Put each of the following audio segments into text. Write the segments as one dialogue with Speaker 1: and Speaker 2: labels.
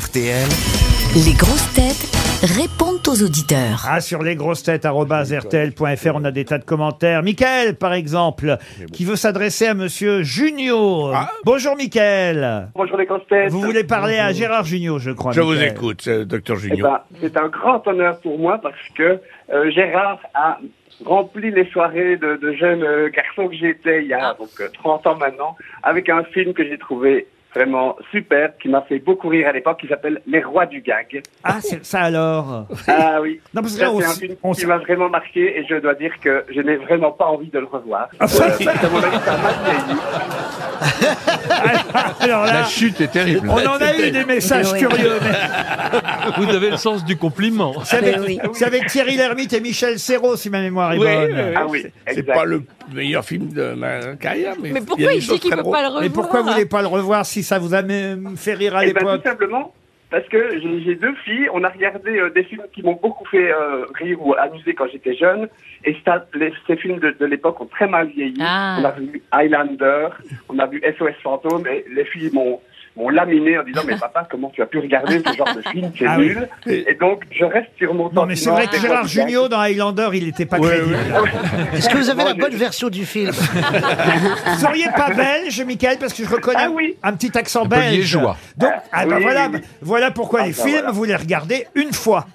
Speaker 1: RTL.
Speaker 2: Les grosses têtes répondent aux auditeurs.
Speaker 3: Ah, sur lesgrossetêtes.rtl.fr, on a des tas de commentaires. Michael, par exemple, qui veut s'adresser à Monsieur Junio.
Speaker 4: Ah.
Speaker 3: Bonjour, Michael.
Speaker 5: Bonjour les grosses têtes.
Speaker 3: Vous voulez parler à Gérard Junio, je crois.
Speaker 4: Je vous
Speaker 3: Michael.
Speaker 4: écoute, euh, docteur
Speaker 5: Eh
Speaker 4: Junior.
Speaker 5: ben, c'est un grand honneur pour moi parce que euh, Gérard a rempli les soirées de, de jeunes euh, garçons que j'étais il y a donc, euh, 30 ans maintenant avec un film que j'ai trouvé vraiment superbe qui m'a fait beaucoup rire à l'époque qui s'appelle Les Rois du Gag.
Speaker 3: Ah, c'est ça alors.
Speaker 5: Ah oui.
Speaker 3: Non, parce que
Speaker 5: Ça,
Speaker 3: là, on
Speaker 5: c'est un
Speaker 3: s-
Speaker 5: film
Speaker 3: on
Speaker 5: qui
Speaker 3: s-
Speaker 5: m'a vraiment marqué et je dois dire que je n'ai vraiment pas envie de le revoir.
Speaker 3: Ah,
Speaker 5: Euh, à mon avis, ça m'a vieilli.
Speaker 3: Alors là,
Speaker 4: chute est terrible.
Speaker 3: on en a eu des messages
Speaker 2: Oui.
Speaker 3: curieux.
Speaker 5: Ah,
Speaker 3: mais
Speaker 6: Vous avez le sens du compliment.
Speaker 3: C'est avec,
Speaker 5: ben
Speaker 2: Oui, oui.
Speaker 3: c'est avec Thierry Lhermitte et Michel Serrault, si ma mémoire est
Speaker 4: Oui,
Speaker 3: bonne.
Speaker 4: oui,
Speaker 5: Ah oui,
Speaker 4: C'est
Speaker 5: exact.
Speaker 4: pas le meilleur film de ma carrière, mais,
Speaker 7: Mais
Speaker 4: y a
Speaker 7: pourquoi
Speaker 4: des
Speaker 7: il
Speaker 4: choses
Speaker 7: dit qu'il
Speaker 4: très
Speaker 7: peut
Speaker 4: drôles.
Speaker 7: pas le revoir
Speaker 3: Mais pourquoi vous voulez pas le revoir si ça vous a même fait rire à
Speaker 5: Eh ben,
Speaker 3: l'époque
Speaker 5: tout simplement parce que j'ai j'ai deux filles. On a regardé euh, des films qui m'ont beaucoup fait euh, rire ou amuser quand j'étais jeune. Et ça, les- ces films de, de l'époque ont très mal vieilli.
Speaker 7: Ah.
Speaker 5: On a vu Highlander, on a vu SOS Fantôme. Et les filles m'ont m'ont laminé en disant mais papa comment tu as pu regarder ce genre de film c'est
Speaker 3: Ah oui.
Speaker 5: nul et donc je reste sur mon
Speaker 3: Non, mais c'est vrai que Gérard Junio, dans Highlander, il n'était pas crédible.
Speaker 8: Est-ce que vous avez la
Speaker 5: je-
Speaker 8: bonne version du film
Speaker 3: Vous seriez pas belge, Michael, parce que je reconnais
Speaker 5: Ah oui.
Speaker 3: un petit accent belge.
Speaker 6: liégeois.
Speaker 3: Donc, ah bah
Speaker 5: Oui,
Speaker 3: voilà,
Speaker 5: oui, oui.
Speaker 3: voilà pourquoi
Speaker 5: Ah
Speaker 3: les
Speaker 5: bah
Speaker 3: films,
Speaker 5: voilà.
Speaker 3: vous les regardez une fois.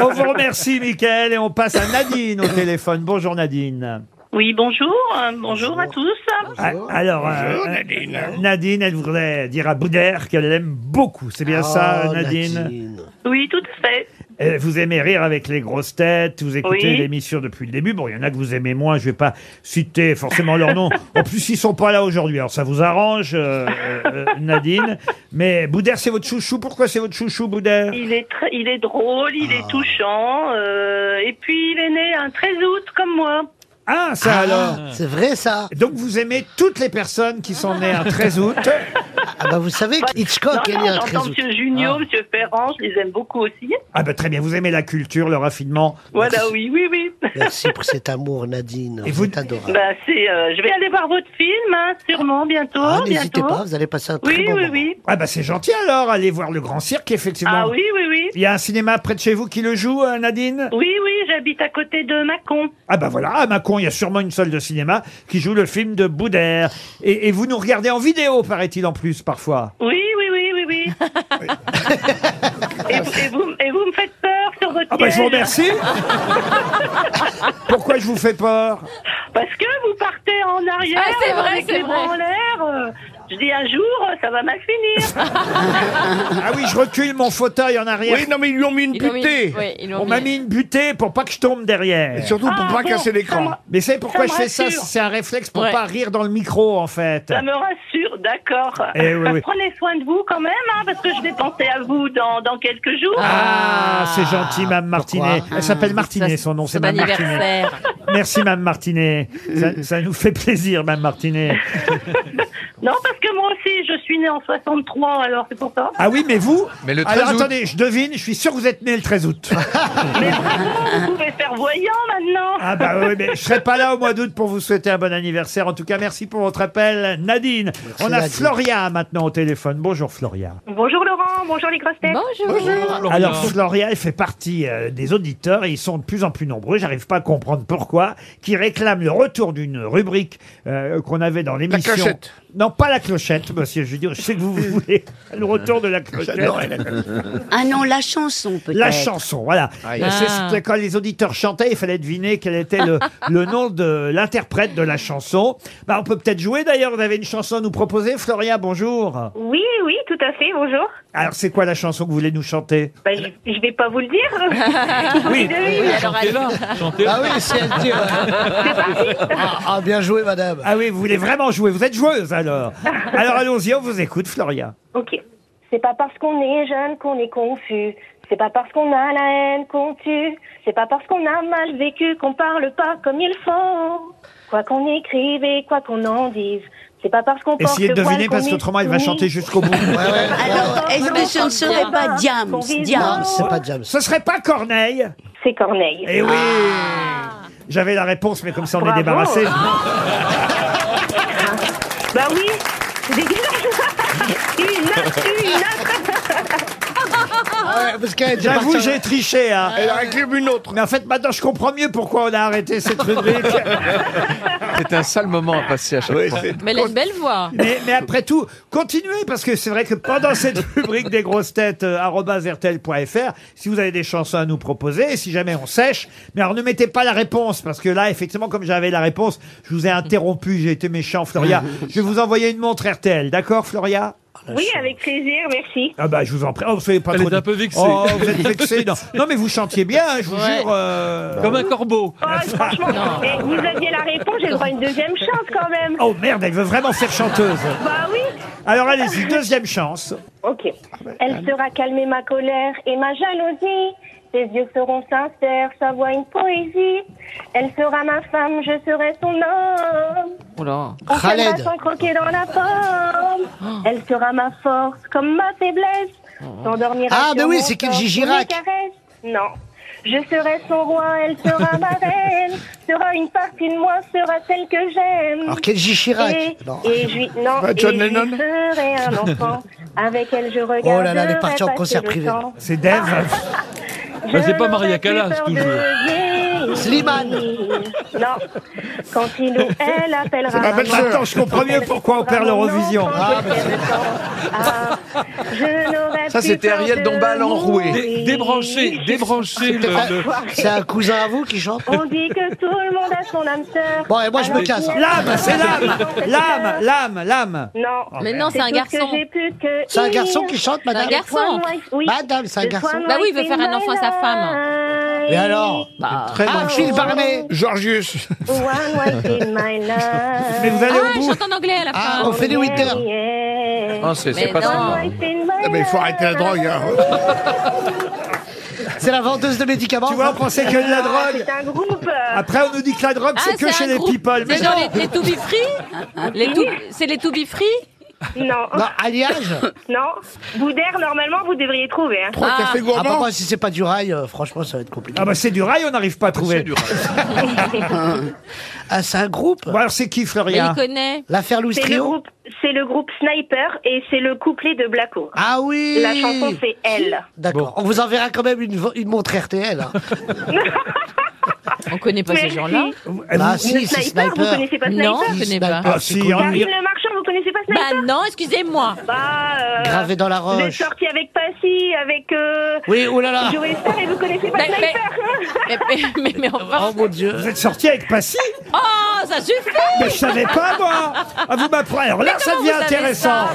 Speaker 3: on vous remercie, Michael, et on passe à Nadine au téléphone. Bonjour, Nadine.
Speaker 9: Oui, bonjour, euh, bonjour, à tous.
Speaker 3: Ah, Alors,
Speaker 4: Bonjour,
Speaker 3: euh,
Speaker 4: Nadine.
Speaker 3: euh, Nadine, elle voudrait dire à Boudère qu'elle l'aime beaucoup. C'est bien ça,
Speaker 8: Oh,
Speaker 3: Nadine,
Speaker 9: Oui, tout à fait.
Speaker 3: Euh, Vous aimez rire avec les grosses têtes, vous écoutez
Speaker 9: Oui.
Speaker 3: l'émission depuis le début. Bon, il y en a que vous aimez moins, je vais pas citer forcément leur nom. En plus, ils sont pas là aujourd'hui, alors ça vous arrange, euh, euh, euh, Nadine. Mais Boudère, c'est votre chouchou. Pourquoi c'est votre chouchou, Boudère
Speaker 9: Il est, tr- il est drôle, il
Speaker 8: Ah.
Speaker 9: est touchant, euh, et puis il est né un 13 août comme moi.
Speaker 3: Ah, ça alors
Speaker 8: C'est vrai ça
Speaker 3: donc vous aimez toutes les personnes qui sont nées un 13 août.
Speaker 8: Ah bah vous savez que
Speaker 9: Non,
Speaker 8: Hitchcock est
Speaker 9: non,
Speaker 8: né un
Speaker 9: j'entends
Speaker 8: 13 août. Ah.
Speaker 9: Monsieur Junio, Monsieur Ferrand, je les aime beaucoup aussi.
Speaker 3: Ah bah très bien, vous aimez la culture, le raffinement.
Speaker 9: Voilà, oui, oui, oui.
Speaker 8: Merci pour cet amour Nadine,
Speaker 3: Et
Speaker 8: vous
Speaker 3: vous-
Speaker 8: êtes adorable.
Speaker 9: Bah, c'est, euh, je vais aller voir votre film, hein, sûrement
Speaker 10: oh,
Speaker 9: bientôt,
Speaker 8: Ah, n'hésitez
Speaker 9: bientôt.
Speaker 8: pas, vous allez passer un très
Speaker 9: oui,
Speaker 8: bon
Speaker 9: oui,
Speaker 8: moment.
Speaker 9: oui.
Speaker 3: Ah bah c'est gentil alors, allez voir le Grand Cirque effectivement.
Speaker 9: Ah oui, oui, oui.
Speaker 3: Il y a un cinéma près de chez vous qui le joue, euh, Nadine
Speaker 9: Oui, oui, j'habite à côté de Mâcon.
Speaker 3: Ah bah voilà, à Macon, il y a sûrement une salle de cinéma qui joue le film de Boudère. Et, et vous nous regardez en vidéo, paraît-il en plus parfois.
Speaker 9: Oui, oui, oui, oui, oui. et, vous, et vous- et vous me faites peur sur votre
Speaker 3: Ah bah je vous
Speaker 9: siège.
Speaker 3: remercie Pourquoi je vous fais peur
Speaker 9: Parce que vous partez en arrière,
Speaker 7: Ah, c'est vrai,
Speaker 9: avec
Speaker 7: c'est
Speaker 9: les bras
Speaker 7: vrai.
Speaker 9: en l'air. euh, Je dis un jour, euh, ça va mal finir.
Speaker 3: Ah oui, je recule mon fauteuil en arrière.
Speaker 4: Oui, non, mais ils lui ont mis une
Speaker 7: Ils l'ont mis-
Speaker 4: butée.
Speaker 7: oui, ils l'ont
Speaker 3: On m'a mis une butée pour pas que je tombe
Speaker 4: Et
Speaker 3: derrière.
Speaker 4: surtout pour
Speaker 9: Ah,
Speaker 4: pas
Speaker 9: bon,
Speaker 4: casser
Speaker 9: ça
Speaker 4: l'écran.
Speaker 9: me-
Speaker 3: Mais c'est pourquoi je
Speaker 9: Ça me
Speaker 3: fais ça
Speaker 9: rassure.
Speaker 3: C'est un réflexe pour
Speaker 7: Ouais.
Speaker 3: pas rire dans le micro en fait.
Speaker 9: Ça me rassure, d'accord.
Speaker 3: Eh oui,
Speaker 9: Bah,
Speaker 3: oui.
Speaker 9: Prenez soin de vous quand même, hein, parce que je vais penser à vous dans, dans quelques jours.
Speaker 3: Ah, c'est gentil, Mme Martinet. Elle s'appelle Martinet, son nom, c'est
Speaker 7: Son
Speaker 3: Mme Martinet.
Speaker 7: anniversaire.
Speaker 3: Merci, Mme Martinet. Ça, ça nous fait plaisir, Mme Martinet.
Speaker 9: Non, parce que moi aussi, je suis née en 63, alors c'est pour ça.
Speaker 3: Ah oui, mais vous
Speaker 6: Mais le 13
Speaker 3: Alors
Speaker 6: août.
Speaker 3: attendez, je devine, je suis sûr que vous êtes né le 13 août.
Speaker 9: Mais bravo, vous pouvez faire voyant maintenant.
Speaker 3: Ah bah oui, mais je serai pas là au mois d'août pour vous souhaiter un bon anniversaire. En tout cas, merci pour votre appel, Nadine. On a
Speaker 8: Nadine.
Speaker 3: Floria maintenant au téléphone. Bonjour Floria.
Speaker 9: Bonjour Laurent, bonjour les grosses têtes.
Speaker 7: Bonjour.
Speaker 3: Alors Floria, elle fait partie euh, des auditeurs et ils sont de plus en plus nombreux. J'arrive pas à comprendre pourquoi, qui réclament le retour d'une rubrique euh, qu'on avait dans l'émission.
Speaker 4: clochette.
Speaker 3: Non, pas la clochette, Monsieur Junior. Je sais que vous voulez le retour de la clochette.
Speaker 4: J'adorais la-
Speaker 2: Ah non, la chanson peut-être.
Speaker 3: La chanson, voilà. C'est- C'était quand les auditeurs chantaient, il fallait deviner quel était le, le nom de l'interprète de la chanson. Bah, on peut peut-être jouer d'ailleurs, vous avez une chanson à nous proposer. Floria, bonjour.
Speaker 9: Oui, oui, tout à fait, bonjour.
Speaker 3: Alors, c'est quoi la chanson que vous voulez nous chanter
Speaker 9: Bah, je, je vais pas vous le dire.
Speaker 3: Oui.
Speaker 7: Oui, alors allez.
Speaker 8: Ah oui, c'est elle dit, ouais. ah, ah, bien joué madame.
Speaker 3: Ah oui, vous voulez vraiment jouer, vous êtes joueuse alors. Alors, allons-y, on vous écoute, Floria.
Speaker 9: ok.
Speaker 10: C'est pas parce qu'on est jeune qu'on est confus. C'est pas parce qu'on a la haine qu'on tue. C'est pas parce qu'on a mal vécu qu'on parle pas comme il faut. Quoi qu'on écrive et quoi qu'on en dise. C'est pas parce qu'on porte
Speaker 3: Essayez de
Speaker 10: le voile
Speaker 3: deviner, parce
Speaker 10: qu'on est
Speaker 3: qu'autrement, elle va
Speaker 10: soumis.
Speaker 3: chanter jusqu'au bout.
Speaker 2: Alors, est-ce que ce ne serait pas Diams Diams
Speaker 8: Non, c'est pas James.
Speaker 3: Ce serait pas Corneille
Speaker 10: C'est Corneille.
Speaker 3: Eh oui
Speaker 10: Ah.
Speaker 3: J'avais la réponse, mais comme ça, on est
Speaker 9: Bravo.
Speaker 3: débarrassé.
Speaker 9: Bah oui, c'est dégueulasse.
Speaker 8: parce qu'elle était
Speaker 3: J'avoue,
Speaker 8: partie-
Speaker 3: j'ai triché. hein.
Speaker 10: Euh.
Speaker 4: Elle réclame une autre.
Speaker 3: Mais en fait, maintenant, je comprends mieux pourquoi on a arrêté cette rubrique.
Speaker 6: C'est un sale moment à passer à chaque
Speaker 4: Oui,
Speaker 6: fois.
Speaker 4: c'est-
Speaker 1: Mais elle a une belle voix.
Speaker 3: Mais, mais après tout, continuez, parce que c'est vrai que pendant cette rubrique des grosses têtes, euh, arobase rtl.fr, si vous avez des chansons à nous proposer, et si jamais on sèche, mais alors ne mettez pas la réponse, parce que là, effectivement, comme j'avais la réponse, je vous ai interrompu, j'ai été méchant, Floria. Je vais vous envoyer une montre RTL, d'accord, Floria
Speaker 10: Oui, avec plaisir, merci.
Speaker 3: ah bah je vous en prie. Oh, vous savez pas
Speaker 6: Elle
Speaker 3: trop
Speaker 6: est un
Speaker 3: de-
Speaker 6: peu vexée.
Speaker 3: Oh, vous êtes vexé. Non. non, mais vous chantiez bien, hein, je vous
Speaker 1: Ouais.
Speaker 3: jure. euh.
Speaker 6: Comme un corbeau.
Speaker 10: Oh, franchement, mais vous aviez la réponse, j'ai le droit à une deuxième chance quand même.
Speaker 3: Oh merde, elle veut vraiment faire chanteuse.
Speaker 10: Bah oui.
Speaker 3: Alors allez-y, deuxième chance.
Speaker 10: Ok.
Speaker 8: Ah, ben,
Speaker 10: Elle sera calmée ma colère et ma jalousie. Ses yeux seront sincères, sa voix une poésie. Elle sera ma femme, je serai son homme.
Speaker 1: Oh là.
Speaker 10: On s'aimera
Speaker 8: Khaled. Oh.
Speaker 10: sans croquer dans la forme. Elle sera ma force comme ma faiblesse. S'endormira
Speaker 8: Ah,
Speaker 10: sur
Speaker 8: mais oui,
Speaker 10: mon
Speaker 8: c'est
Speaker 10: corps
Speaker 8: Kenji
Speaker 10: sous mes
Speaker 8: Girac.
Speaker 10: caresses. Non. Je serai son roi, elle sera ma reine. Sera une partie de moi, sera celle que j'aime.
Speaker 8: Alors, Kenji Chirac.
Speaker 10: Et,
Speaker 8: Non.
Speaker 10: et je lui- non,
Speaker 3: Bah,
Speaker 4: Pas
Speaker 10: et
Speaker 4: John
Speaker 10: je lui
Speaker 4: Lennon
Speaker 10: ferai un enfant. Avec elle, je regarde.
Speaker 8: Oh là là, elle est partie en concert privé.
Speaker 3: C'est Dave.
Speaker 6: Bah, c'est pas Maria Callas, toujours.
Speaker 8: Slimane.
Speaker 10: Non. Quand il ou elle appellera.
Speaker 3: Ah,
Speaker 10: maman,
Speaker 3: maintenant, je comprends mieux pourquoi on perd l'Eurovision.
Speaker 10: Ah, bah. Je n'aurais
Speaker 6: Ça,
Speaker 10: plus
Speaker 6: c'était
Speaker 10: peur
Speaker 6: Ariel
Speaker 10: de
Speaker 6: Dombal enrouée.
Speaker 10: mourir.
Speaker 6: Débranchez, débranchez le. le-
Speaker 8: Ah, C'est un cousin à vous qui chante
Speaker 10: On dit que tout le monde a son âme sœur.
Speaker 8: Bon, et moi, je me
Speaker 10: Alors,
Speaker 8: casse. hein.
Speaker 10: qui a-
Speaker 3: L'âme, c'est l'âme. L'âme, l'âme, l'âme.
Speaker 10: Non.
Speaker 1: Mais non, c'est
Speaker 10: tout
Speaker 1: un
Speaker 10: ce
Speaker 1: garçon.
Speaker 10: que j'ai pu que
Speaker 8: C'est un
Speaker 10: dire.
Speaker 8: garçon qui chante,
Speaker 1: un
Speaker 8: madame
Speaker 1: garçon.
Speaker 10: Oui.
Speaker 8: Madame, c'est un
Speaker 10: The
Speaker 8: garçon.
Speaker 10: Swan
Speaker 1: Bah oui, il veut
Speaker 10: White
Speaker 1: faire un
Speaker 10: in
Speaker 1: enfant à
Speaker 10: my
Speaker 1: sa femme.
Speaker 10: life.
Speaker 8: Et alors
Speaker 1: Bah,
Speaker 6: Très
Speaker 8: Ah,
Speaker 6: bon.
Speaker 8: Phil Barnet
Speaker 4: Georgius.
Speaker 10: One white in my life.
Speaker 3: Mais vous allez
Speaker 1: Ah,
Speaker 3: au
Speaker 1: je
Speaker 3: bout.
Speaker 1: chante en anglais à la
Speaker 8: Ah,
Speaker 1: fin.
Speaker 8: on fait des Ah. Winter.
Speaker 10: Yeah.
Speaker 6: Non, c'est c'est
Speaker 1: Mais
Speaker 6: pas
Speaker 1: non.
Speaker 6: ça.
Speaker 10: One white in my
Speaker 8: Eh ben,
Speaker 4: Ah, mais il faut arrêter la
Speaker 10: life.
Speaker 4: drogue. hein.
Speaker 8: C'est la vendeuse de médicaments.
Speaker 3: Tu vois, on pensait que de la
Speaker 10: Ah,
Speaker 3: drogue.
Speaker 10: C'est un groupe.
Speaker 3: Après, on nous dit que la drogue,
Speaker 1: Ah,
Speaker 3: c'est que
Speaker 1: un
Speaker 3: chez les
Speaker 1: groupe.
Speaker 3: people. Mais
Speaker 1: C'est genre
Speaker 3: non.
Speaker 1: les, les To Be Free Les To- C'est les To Be Free
Speaker 10: Non,
Speaker 8: Non, alliage
Speaker 10: non. Boudère, normalement, vous devriez trouver. hein.
Speaker 4: Trois cafés
Speaker 8: Ah, bah,
Speaker 4: gourmands.
Speaker 8: moi, si c'est pas du rail, euh, franchement, ça va être compliqué.
Speaker 3: Ah bah c'est du rail, on n'arrive pas à trouver.
Speaker 6: hein.
Speaker 8: Ah, c'est un groupe
Speaker 3: Bon alors c'est qui
Speaker 1: Mais il
Speaker 3: Florian
Speaker 1: connaît.
Speaker 8: L'affaire Louis
Speaker 10: C'est le
Speaker 8: Trio
Speaker 10: groupe, c'est le groupe Sniper et c'est le couplet de Blacko.
Speaker 8: Ah oui
Speaker 10: La chanson, c'est Elle.
Speaker 8: D'accord. On vous enverra quand même une, vo- une montre RTL. hein.
Speaker 1: On connaît pas ces
Speaker 10: Merci.
Speaker 1: gens-là.
Speaker 8: bah,
Speaker 10: Le
Speaker 8: si, c'est
Speaker 10: sniper, vous
Speaker 8: Sniper.
Speaker 10: connaissez pas Sniper
Speaker 1: Non, je connais
Speaker 8: Sniper.
Speaker 1: pas.
Speaker 3: Eh ben, Ah si, on-
Speaker 10: Karine Le Marchand, vous connaissez pas Sniper
Speaker 1: Bah non, excusez-moi.
Speaker 10: Bah, euh,
Speaker 8: Gravé dans la
Speaker 10: Vous êtes
Speaker 8: roche.
Speaker 10: sorti avec Passy, avec euh,
Speaker 8: Oui, oh là là
Speaker 10: Joey Star et vous connaissez pas
Speaker 1: Bah, Mais-
Speaker 10: Sniper hein.
Speaker 1: Mais, mais, mais, mais enfin.
Speaker 8: Oh mon Dieu
Speaker 3: vous êtes sorti avec Passy
Speaker 1: Oh, ça suffit
Speaker 3: Mais je savais pas moi Ah vous m'apprenez. Alors là ça
Speaker 1: comment
Speaker 3: devient
Speaker 1: vous savez
Speaker 3: intéressant.
Speaker 1: ça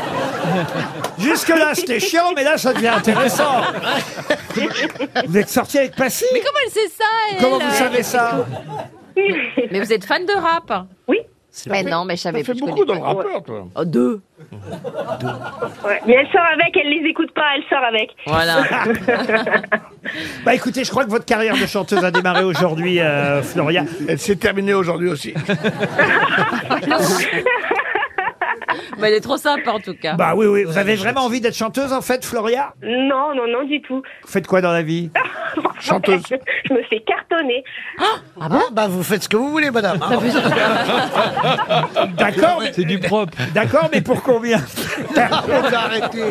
Speaker 3: Jusque là c'était chiant, mais là ça devient intéressant. vous êtes sorti avec Passy
Speaker 1: Mais comment elle sait ça elle
Speaker 3: Comment vous savez ça
Speaker 1: Mais vous êtes fan de rap
Speaker 10: Oui.
Speaker 1: Mais non, mais je savais
Speaker 4: Ça fait
Speaker 1: plus. je
Speaker 4: beaucoup dans
Speaker 1: connais
Speaker 4: le
Speaker 1: pas.
Speaker 4: rappeur, toi.
Speaker 1: Oh, deux.
Speaker 10: Ouais. Mais elle sort avec, elle les écoute pas, elle sort avec.
Speaker 1: Voilà.
Speaker 3: Bah écoutez, je crois que votre carrière de chanteuse a démarré aujourd'hui, euh, Floria.
Speaker 4: Elle s'est terminée aujourd'hui aussi.
Speaker 1: mais Bah, elle est trop sympa en tout cas.
Speaker 3: Bah oui, oui. Vous avez vraiment envie d'être chanteuse en fait, Floria
Speaker 10: Non, non, non, du tout.
Speaker 3: Vous faites quoi dans la vie
Speaker 4: Chanteuse.
Speaker 10: Je me fais cartonner.
Speaker 8: Ah bon Bah, vous faites ce que vous voulez, madame. hein.
Speaker 3: D'accord, mais-
Speaker 6: C'est du propre.
Speaker 3: d'accord, mais pour combien
Speaker 8: Arrêtez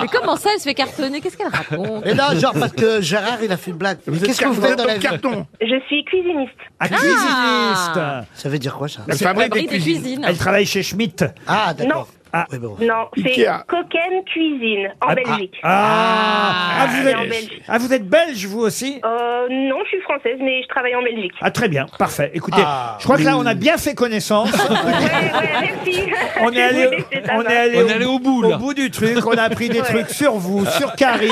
Speaker 1: Mais comment ça, elle se fait cartonner Qu'est-ce qu'elle raconte
Speaker 8: Mais non, genre, parce que Gérard, il a fait une blague. Mais Qu'est-ce que vous faites dans la vie
Speaker 4: carton.
Speaker 10: Je suis cuisiniste.
Speaker 6: Ah.
Speaker 3: Un cuisiniste.
Speaker 8: Ça veut dire quoi, ça
Speaker 4: Elle
Speaker 1: La
Speaker 4: fabrique des
Speaker 1: bride des
Speaker 4: cuisines.
Speaker 1: cuisines.
Speaker 3: Elle travaille chez Schmitt.
Speaker 8: Ah, d'accord.
Speaker 3: Ah.
Speaker 8: Oui, bon.
Speaker 10: Non, c'est
Speaker 4: Oh, Ikea.
Speaker 10: Coquenne Cuisine en Belgique.
Speaker 3: Ah, Ah, vous
Speaker 10: elle est en
Speaker 3: êtes,
Speaker 10: Belgique.
Speaker 3: ah, vous êtes belge, vous aussi
Speaker 10: Euh, non, je suis française, mais je travaille en Belgique.
Speaker 3: Ah, très bien, parfait. Écoutez,
Speaker 8: Ah.
Speaker 3: je crois que là, on a bien fait connaissance.
Speaker 10: Ouais, ouais, merci.
Speaker 3: Ah, On est allé, on est allé,
Speaker 6: On est allé au bout,
Speaker 3: au
Speaker 6: là.
Speaker 3: bout du truc. On a appris des trucs sur vous, sur Karine.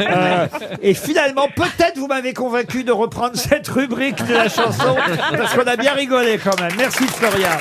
Speaker 3: Euh, et finalement, peut-être vous m'avez convaincu de reprendre cette rubrique de la chanson parce qu'on a bien rigolé quand même. Merci Florian.